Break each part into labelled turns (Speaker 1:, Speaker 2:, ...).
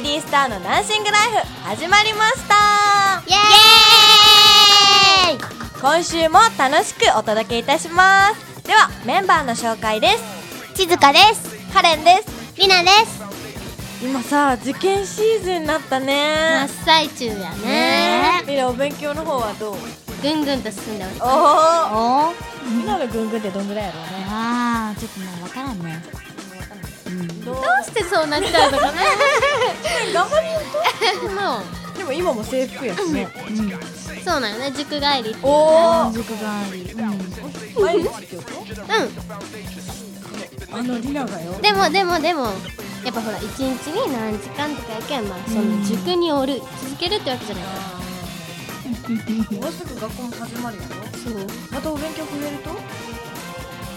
Speaker 1: イスターのダンシングライフ始まりました
Speaker 2: イエーイ
Speaker 1: 今週も楽しくお届けいたしますではメンバーの紹介です
Speaker 2: 静香です
Speaker 1: カレンです
Speaker 2: りなです
Speaker 1: 今さ受験シーズンになった
Speaker 2: 真
Speaker 1: ね
Speaker 2: っ最中や
Speaker 1: ね
Speaker 2: ね
Speaker 1: みんなお勉強の方はどう
Speaker 2: ぐんぐんと進んでおります
Speaker 1: お
Speaker 2: お
Speaker 1: おみんなのぐんぐんってどんぐらいやろうね
Speaker 3: あーちょっとね分からんね
Speaker 1: ど
Speaker 2: ど
Speaker 1: う
Speaker 2: うしてそうなっちゃうのかな
Speaker 1: 頑張りよ
Speaker 2: も
Speaker 1: でも今も制服やしね
Speaker 2: うそうなのね塾帰りって
Speaker 1: おお
Speaker 3: 塾がありうん
Speaker 1: 毎日ってこと
Speaker 2: う
Speaker 3: あのリナがよ
Speaker 2: んでもでもでもやっぱほら一日に何時間とかやけんまあその塾におる続けるってわけじゃないから
Speaker 1: もうすぐ学校も始まるやろ
Speaker 2: そう
Speaker 1: またお勉強増えると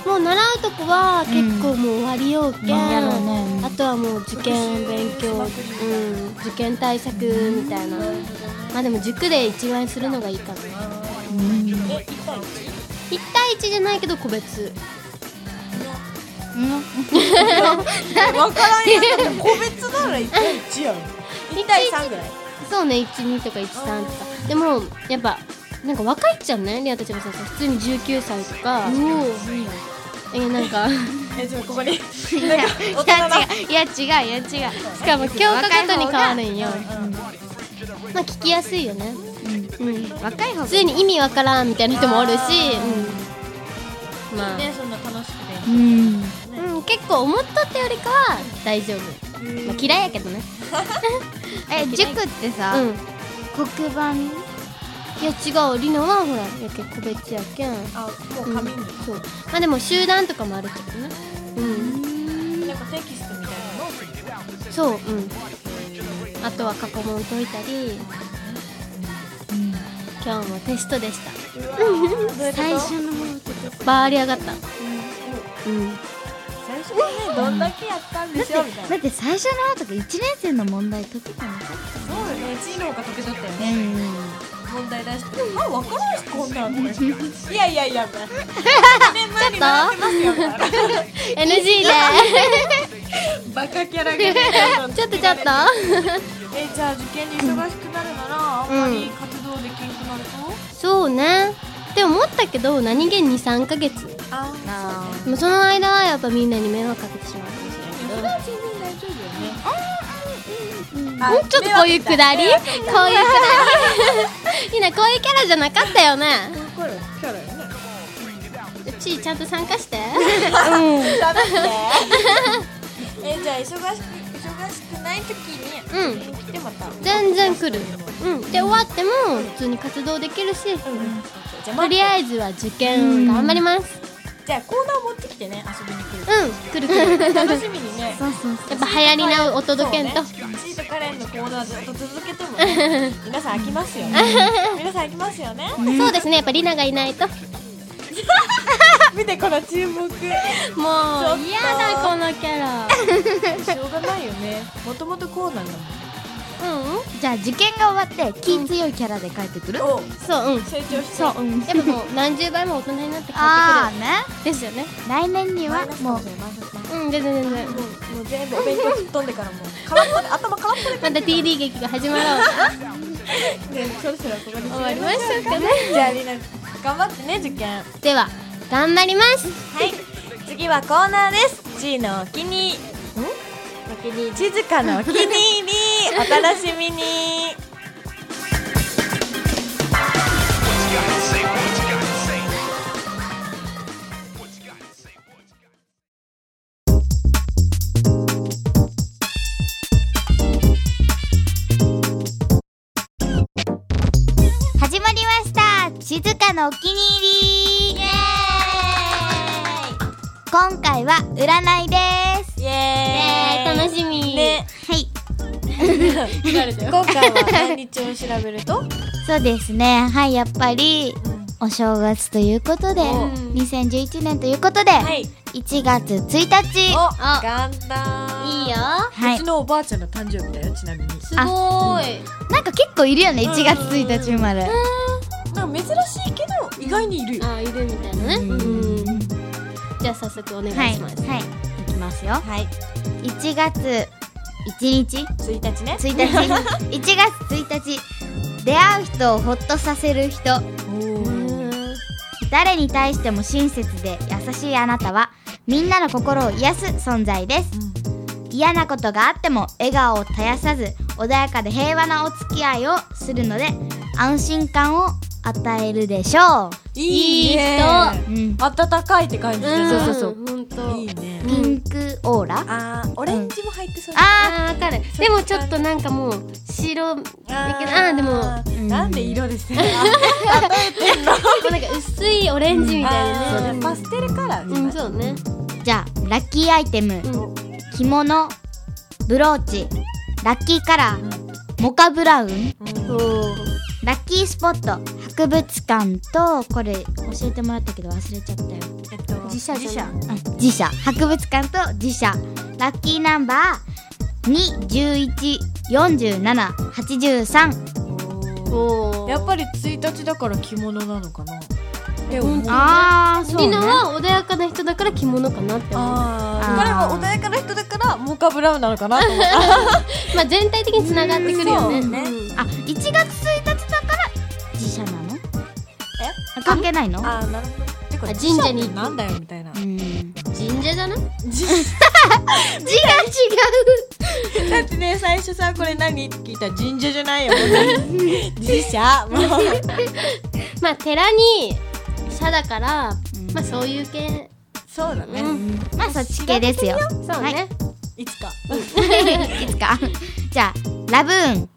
Speaker 2: もう習うとこは結構もう終わりようけん、
Speaker 3: うんやろうねうん
Speaker 2: あとはもう受験勉強、うん、受験対策みたいなまあでも塾で一番するのがいいかな
Speaker 1: え一対一
Speaker 2: 1対1じゃないけど個別
Speaker 1: わからんやんでも個別なら1対1やん1対3ぐらい
Speaker 2: そうね12とか13とかでもやっぱなんか若いっちゃんねリアたちもさ普通に19歳とかえなんか
Speaker 1: えちょっとここに
Speaker 2: い
Speaker 1: なんか大人
Speaker 2: 違ういや違ういや違うしかも教科ごとに変わるんよまあ聞きやすいよねうん
Speaker 3: 若い方
Speaker 2: 普通に意味わからんみたいな人もおるし、うんま
Speaker 1: な
Speaker 2: あ、
Speaker 1: ねそんな楽しくて
Speaker 3: うん
Speaker 2: うん、結構思っとったよりかは大丈夫、まあ、嫌いやけど ね
Speaker 3: え塾ってさ
Speaker 2: うん
Speaker 3: 黒板
Speaker 2: いや違うりなはほらやけ個別やけん
Speaker 1: あもう紙に
Speaker 2: そうまあでも集団とかもあるけどねうん
Speaker 1: なんかテキストみたいなのをする
Speaker 2: そううんあとは過去問解いたり今日もテストでした
Speaker 1: どういうこと
Speaker 3: 最初のものとか
Speaker 2: バーり上がったうん
Speaker 1: 最初にねどんだけやったんでしょみたい
Speaker 3: だ
Speaker 1: な
Speaker 3: って最初のものとか1年生の問題解けたのか
Speaker 1: そうよね1位の方が解けとったよ
Speaker 3: う
Speaker 1: ね
Speaker 3: ん
Speaker 1: 問題出してあ分からんしこんなんねいやいやいやみたいな1年 前に習ってますよみたいな
Speaker 2: NG で
Speaker 1: バカキャラがね
Speaker 2: ちょっとちょっと
Speaker 1: えじゃあ受験で忙しくなるならあんまり活動できなくなると、
Speaker 2: そうねって思ったけど何気に23ヶ月
Speaker 1: あ
Speaker 3: あ
Speaker 2: でもその間はやっぱみんなに迷惑かけてしまうかもしれないけど
Speaker 1: 大丈夫よね
Speaker 2: んちょっとこういうくだりこういうくだ りいいなこういうキャラじゃなかったよね
Speaker 1: キャラよね
Speaker 2: ちーちゃんと参加して
Speaker 1: ダメねえじゃあ忙しく忙しくない時に
Speaker 2: う
Speaker 1: 来てまた、じゃ
Speaker 2: 全然来るうんで終わっても普通に活動できるし
Speaker 1: あ
Speaker 2: とりあえずは受験頑張ります
Speaker 1: じゃあコーナー持ってきてね遊びに来
Speaker 2: うん来る 来る
Speaker 1: る楽しみにね
Speaker 3: そうそう
Speaker 2: やっぱ流行りなお届けんと
Speaker 1: そうねチートカレンのコーナーずっと続けてもね皆さん飽きますよね皆さん飽きますよね
Speaker 2: そうですねやっぱりりながいないと
Speaker 1: 見てこの注目
Speaker 2: も
Speaker 1: う
Speaker 2: う
Speaker 1: 嫌
Speaker 2: 嫌
Speaker 1: だ
Speaker 2: だ
Speaker 1: こ
Speaker 2: このキャ ラ
Speaker 1: しょうがないよねもともとコーナーなの
Speaker 2: うん
Speaker 3: じゃあ受験が終わって気強いキャラで帰ってくる
Speaker 1: お
Speaker 2: そううん
Speaker 1: 成長して
Speaker 3: そううん
Speaker 2: やっぱもう何十倍も大人にな って帰ってく
Speaker 3: あーね
Speaker 2: るですよね
Speaker 3: 来年にはもう
Speaker 2: うん全然全然
Speaker 1: もうもう全部お勉強吹っ飛んでからもう空っぽで頭空っぽで
Speaker 2: また TD 劇が始まろう
Speaker 1: ねそろそろここに
Speaker 2: 終わりましょうかね
Speaker 1: じゃあみんな頑張ってね受 験は
Speaker 2: では頑張ります
Speaker 1: い次はコーナーです G のお気に入りお気に入り静かのお気に入りお楽しみに
Speaker 3: 始まりました静かのお気に入り今回は占いです
Speaker 1: イエ
Speaker 2: え
Speaker 1: ーイ
Speaker 2: ー、楽しみ
Speaker 1: ね
Speaker 3: はい
Speaker 1: 今回は何日を調べると
Speaker 3: そうですねはいやっぱりお正月ということで
Speaker 1: お
Speaker 3: 2011年ということで、
Speaker 1: はい
Speaker 3: 1月1日
Speaker 1: お
Speaker 2: あ
Speaker 1: 簡単
Speaker 2: いいよ
Speaker 3: は
Speaker 1: う
Speaker 3: い
Speaker 1: ちのおばあちゃんの誕生日だよちなみに
Speaker 2: すごーい
Speaker 3: なんか結構いるよね1月1日生まれ
Speaker 1: なんか珍しいけど意外にいるよ
Speaker 2: あいるみたいなねうんじゃあ早速お願
Speaker 3: はい
Speaker 2: いします、
Speaker 3: はいいきますよ
Speaker 1: はい
Speaker 3: 1月1
Speaker 1: 1
Speaker 3: 日
Speaker 1: 日ね
Speaker 3: 1日 1月1日出会う人をホッとさせる人誰に対しても親切で優しいあなたはみんなの心を癒す存在です嫌なことがあっても笑顔を絶やさず穏やかで平和なお付き合いをするので安心感を与えるでしょ
Speaker 1: いいね
Speaker 3: う、うん、
Speaker 1: 温かいって感じ
Speaker 2: うん
Speaker 1: で
Speaker 2: そう
Speaker 1: す
Speaker 2: そうそう本当
Speaker 1: いいね
Speaker 3: ピンクオーラ
Speaker 1: あーオレンジも入ってそう
Speaker 2: あ
Speaker 3: あ
Speaker 2: ーわかるでもちょっとなんかもう白だけどあーでも
Speaker 1: あーなんで色ですね
Speaker 2: こうなんか薄いオレンジみたい
Speaker 1: あ
Speaker 2: な
Speaker 1: ー
Speaker 2: ね
Speaker 1: パステルカラー
Speaker 2: うんそうね
Speaker 3: じゃあラッキーアイテム
Speaker 2: うん
Speaker 3: 着物ブローチラッキーカラーモカブラウン
Speaker 1: うん
Speaker 2: おー
Speaker 3: ラッキースポット博物館とこれ教えてもらったけど忘れちゃったよ
Speaker 1: えっと
Speaker 2: 自社じゃ
Speaker 3: あ自社博物館と自社ラッキーナンバー2114783
Speaker 2: おー
Speaker 1: やっぱり1日だから着物なのかなでも
Speaker 2: 本当
Speaker 3: あー
Speaker 2: りなは穏やかな人だから着物かなって思う
Speaker 1: あ
Speaker 3: あー
Speaker 1: ー彼は穏やかな人だからモカブラウンなのかなと思っ た
Speaker 2: まあ全体的につながってくるよね
Speaker 1: うんそうね
Speaker 2: うん
Speaker 3: あ1月1日だから自社なのあ関係ないの
Speaker 1: あーなるほどてか
Speaker 2: あ神社に行く
Speaker 1: 辞書ってなんだよみたいな
Speaker 3: うん
Speaker 2: 神社じゃない
Speaker 3: 字が違う
Speaker 1: だってね最初さこれ何って聞いたら神社じゃないよ 自社もう
Speaker 2: まあ寺に社だからまあそういう系
Speaker 1: そうだね、
Speaker 2: うん
Speaker 3: まあそっち系ですよ
Speaker 2: そうね
Speaker 1: いつか
Speaker 3: いつかじゃあラブーン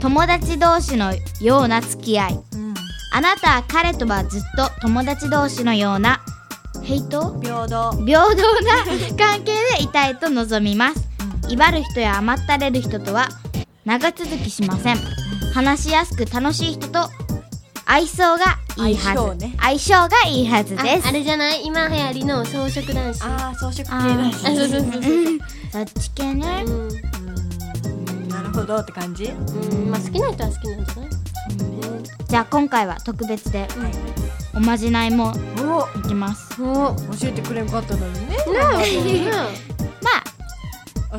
Speaker 3: 友達同士のような付き合い
Speaker 1: うん
Speaker 3: あなた彼とはずっと友達同士のようなヘイト
Speaker 1: 平等
Speaker 3: 平等な関係でいたいと望みます威張る人や甘ったれる人とは長続きしません話しやすく楽しい人と相性がいいは
Speaker 1: 相
Speaker 3: ず
Speaker 1: 性ね
Speaker 3: 相性がいいはずです
Speaker 2: ああれじゃない今流行りの草食男子
Speaker 1: ああ装飾系
Speaker 3: あ
Speaker 1: だ
Speaker 3: ー
Speaker 1: し
Speaker 2: そうそうそうそう
Speaker 3: そっち系ね
Speaker 2: うん
Speaker 1: うんなるほどって感じ
Speaker 2: うんまあ好きな人は好きなんじゃない
Speaker 3: じゃあ今回は特別でおまじないも
Speaker 1: お
Speaker 3: いきます
Speaker 2: お
Speaker 1: 教えてくれんかったのにね
Speaker 2: な
Speaker 3: まあ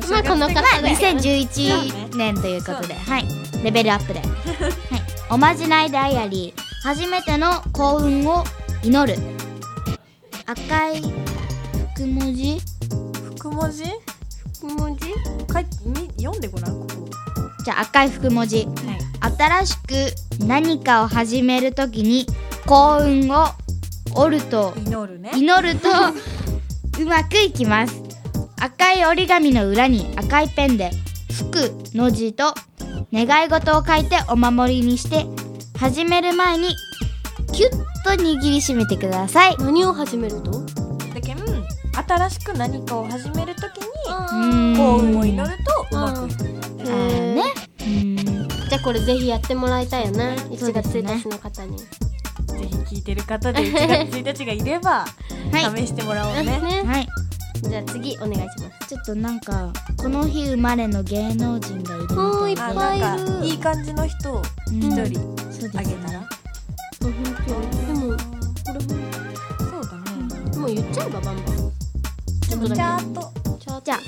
Speaker 1: ま
Speaker 2: まあこの方
Speaker 3: まあ
Speaker 2: で
Speaker 3: 2011年ということで、はい、レベルアップで、はい、おまじないダイアリー初めての幸運を祈る赤い福文字
Speaker 1: 福文字
Speaker 2: 文字
Speaker 1: かいみ読んでごらんここ
Speaker 3: じゃあ赤い福文字
Speaker 1: はい
Speaker 3: 新しく何かを始めるときに幸運を折ると
Speaker 1: 祈るね
Speaker 3: 祈るとうまくいきます赤い折り紙の裏に赤いペンで「福」の字と願い事を書いてお守りにして始める前にキュッと握りしめてください
Speaker 2: 何を始めると
Speaker 1: だけん新しく何かを始めるときに
Speaker 3: うん
Speaker 1: 幸運を祈るとうまくいく
Speaker 2: へ
Speaker 3: あー
Speaker 2: ー
Speaker 3: ねうん
Speaker 2: じゃあこれぜひやってもらいたいよね
Speaker 3: そう
Speaker 2: 1
Speaker 3: で
Speaker 2: 月
Speaker 3: すね
Speaker 2: 1日の方に
Speaker 1: ぜひ聞いてる方で1月1日がい れば
Speaker 3: は
Speaker 1: 試してもらおうね
Speaker 3: い、
Speaker 2: ね
Speaker 3: はい、
Speaker 2: じゃあ次お願いします
Speaker 3: ちょっとなんかこの日生まれの芸能人がいるみた
Speaker 2: おーい
Speaker 3: い
Speaker 2: っぱ
Speaker 3: な
Speaker 1: あなんかいい感じの人を一
Speaker 3: うん
Speaker 1: 人
Speaker 3: そう
Speaker 1: あ
Speaker 3: で
Speaker 1: げ
Speaker 3: す
Speaker 1: たら、
Speaker 3: ね
Speaker 2: あ本当でも
Speaker 1: そうだね
Speaker 2: もう言っちゃえばバンバン
Speaker 1: でもちゃんと
Speaker 2: ちょっと
Speaker 3: じゃあ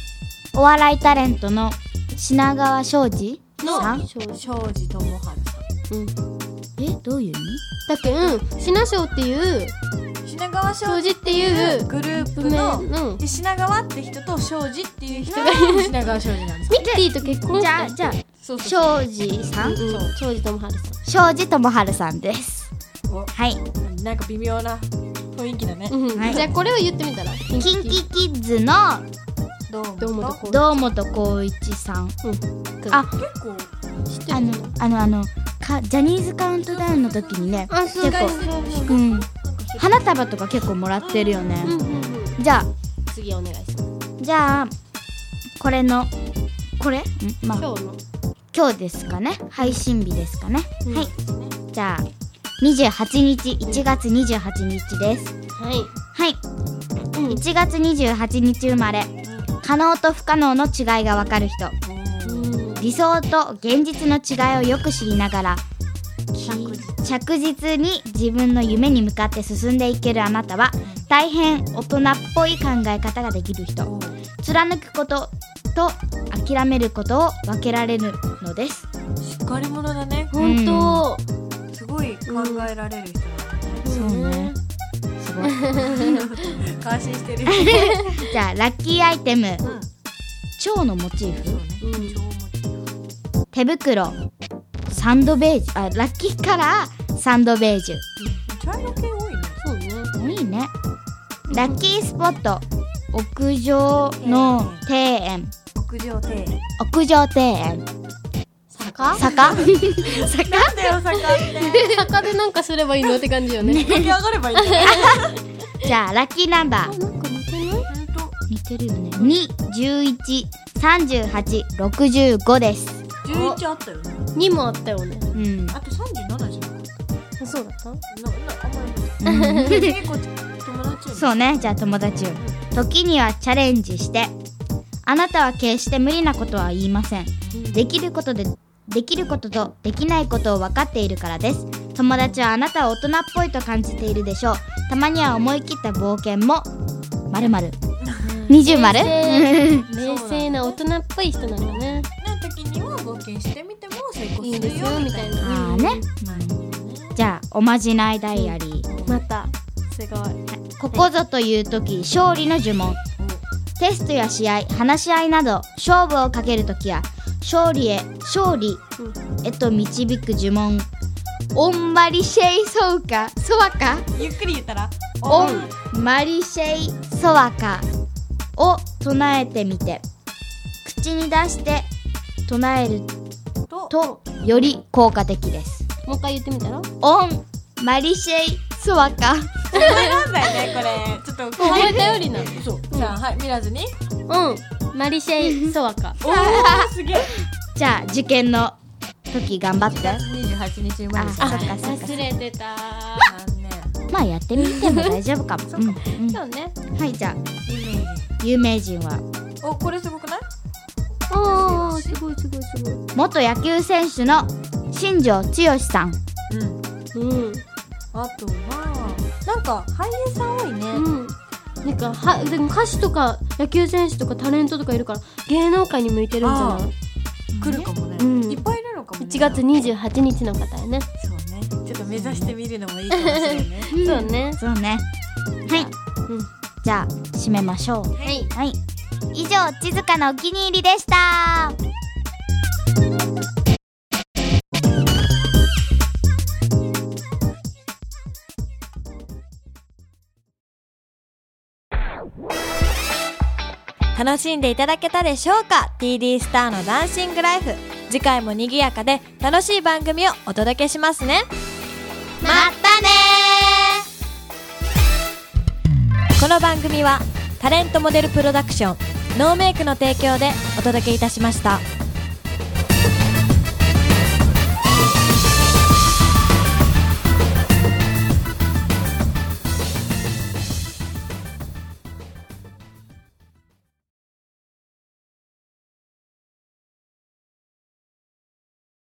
Speaker 3: お笑いタレントの品川庄司さん
Speaker 2: 少々
Speaker 1: 庄司智春さ
Speaker 2: うん
Speaker 3: えどういう意味
Speaker 2: だけん品賞っていう
Speaker 1: ん品川
Speaker 2: 庄
Speaker 1: 庄
Speaker 2: 司
Speaker 1: 司
Speaker 2: っていう
Speaker 1: グループ
Speaker 2: 文明
Speaker 1: の
Speaker 2: の
Speaker 1: で品川って人と庄司っていう人が品川庄司なんです
Speaker 2: ミキティと結婚
Speaker 3: じ
Speaker 2: し
Speaker 3: ゃ
Speaker 2: た
Speaker 3: あじゃあ
Speaker 1: そうそう
Speaker 3: 庄司さん
Speaker 2: うん
Speaker 1: そう
Speaker 2: 庄司智春さん
Speaker 3: 庄司智春さんです
Speaker 1: お
Speaker 3: はい
Speaker 1: なんか微妙な雰囲気だね、
Speaker 2: うん
Speaker 3: はい
Speaker 2: じゃあこれを言ってみたらキン
Speaker 3: キンキキッズの
Speaker 1: どうも
Speaker 2: どうもどうも
Speaker 3: 堂本光一さんあ
Speaker 2: あ
Speaker 1: 結構
Speaker 2: 知って
Speaker 3: あ
Speaker 2: る
Speaker 3: のあのあのかジャニーズカウントダウンの時にね
Speaker 2: あそう
Speaker 3: 結構
Speaker 2: そう
Speaker 3: うん花束とか結構もらってるよね
Speaker 2: うんうんうん
Speaker 3: じゃあ
Speaker 2: 次お願いします
Speaker 3: じゃあこれのこれんまあ
Speaker 2: 今日の
Speaker 3: 今日ですかね配信日ですかね
Speaker 2: うん
Speaker 3: はいじゃあ28日1月28日です
Speaker 2: はい
Speaker 3: はい
Speaker 2: うん
Speaker 3: 1月28日生まれ可能と不可能の違いがわかる人
Speaker 2: うん
Speaker 3: 理想と現実の違いをよく知りながら着実に自分の夢に向かって進んでいけるあなたは大変大人っぽい考え方ができる人貫くことと諦めることを分けられるのです
Speaker 1: しっかり者だね
Speaker 2: 本当、
Speaker 1: すごい考えられる人だね、
Speaker 3: そうねすごい
Speaker 1: 感心してる
Speaker 3: じゃあラッキーアイテム
Speaker 1: うん
Speaker 3: 蝶のモチーフ
Speaker 1: そう
Speaker 2: う
Speaker 1: ね
Speaker 2: ん
Speaker 1: 超面白い
Speaker 3: 手袋サンドベージュあラッキーカラーサンドベージュ
Speaker 1: 茶色系多いね
Speaker 2: そうね
Speaker 3: いいねラッキースポット屋上の庭園
Speaker 1: 屋上庭園
Speaker 3: 屋上庭園
Speaker 2: 坂
Speaker 3: 坂
Speaker 1: な んだよ坂って
Speaker 2: 坂でなんかすればいいのって感じよね
Speaker 1: 駆け上がればいいんだよ
Speaker 3: じゃあラッキーナンバ
Speaker 2: あ
Speaker 3: ー
Speaker 2: なんか似てない
Speaker 1: ほんと
Speaker 3: 似てるよね2113865です
Speaker 1: 11あったよね
Speaker 2: にもあったよね
Speaker 3: うん
Speaker 1: あと37じゃない
Speaker 2: そうだった
Speaker 1: ななあんまり 結構友達よね
Speaker 3: そうねじゃあ友達よ時にはチャレンジしてあなたは決して無理なことは言いませんできることでできることとできないことを分かっているからです友達はあなたを大人っぽいと感じているでしょうたまには思い切った冒険もまるまる二十丸
Speaker 2: 冷静冷静な大人っぽい人なんだね
Speaker 1: な時には冒険してみても成功
Speaker 2: いい
Speaker 1: す
Speaker 2: んで
Speaker 1: る
Speaker 2: す
Speaker 1: よ
Speaker 2: よみ
Speaker 1: みた
Speaker 2: た
Speaker 1: い
Speaker 2: い
Speaker 1: な
Speaker 2: な
Speaker 3: ああねじゃあおまじないダイアリー
Speaker 2: またすごい
Speaker 3: ここぞという時勝利の呪文テストや試合話し合いなど勝負をかける時や勝利へ勝利へと導く呪文オンマリシェイソウカソワカ
Speaker 1: ゆっくり言ったら「
Speaker 3: オ
Speaker 1: おん
Speaker 3: ンマリシェイソワカを唱えてみて口に出して唱える」
Speaker 1: と
Speaker 3: とより効果的です
Speaker 2: もう一回言ってみたら
Speaker 3: オンマリシェイソワカ
Speaker 1: これ なんだよねこれちょっとこ
Speaker 2: 覚えたよりな
Speaker 1: うそうじゃあはい見らずに
Speaker 2: うんマリシェイソワカ
Speaker 1: おおすげ え
Speaker 3: じゃあ受験の時頑張って
Speaker 1: 28日生
Speaker 3: まれ
Speaker 1: あ
Speaker 3: そっかそっか
Speaker 2: 忘れてた
Speaker 1: 残念
Speaker 3: まあやってみても大丈夫かもうんうん
Speaker 2: そうね
Speaker 3: はいじ
Speaker 1: イ
Speaker 3: ゃ
Speaker 1: メージ
Speaker 3: あ有名人は
Speaker 1: おこれすごくない
Speaker 2: おおすごいすごいすご
Speaker 3: 元野球選手の新庄剛志さん
Speaker 1: うん
Speaker 2: いうん
Speaker 1: あとはなんか俳優さん多いね
Speaker 2: うんなんかはでも歌手とか野球選手とかタレントとかいるから芸能界に向いてるんじゃ
Speaker 1: あ
Speaker 2: ない
Speaker 1: 来るかもね
Speaker 2: うん
Speaker 1: いっぱいいるのかもね
Speaker 2: ?1 月28日の方やね、
Speaker 1: そうねちょっと目指してみるのもいいかもしれないね
Speaker 2: そうね
Speaker 3: そうねはい
Speaker 2: うん
Speaker 3: じゃあ締めましょう
Speaker 2: はい
Speaker 3: はい以上地塚のお気に入りでした
Speaker 1: 楽しんでいただけたでしょうか TD スターのダンシングライフ次回も賑やかで楽しい番組をお届けしますね
Speaker 3: またね
Speaker 1: この番組はタレントモデルプロダクションノーメイクの提供でお届けいたしました。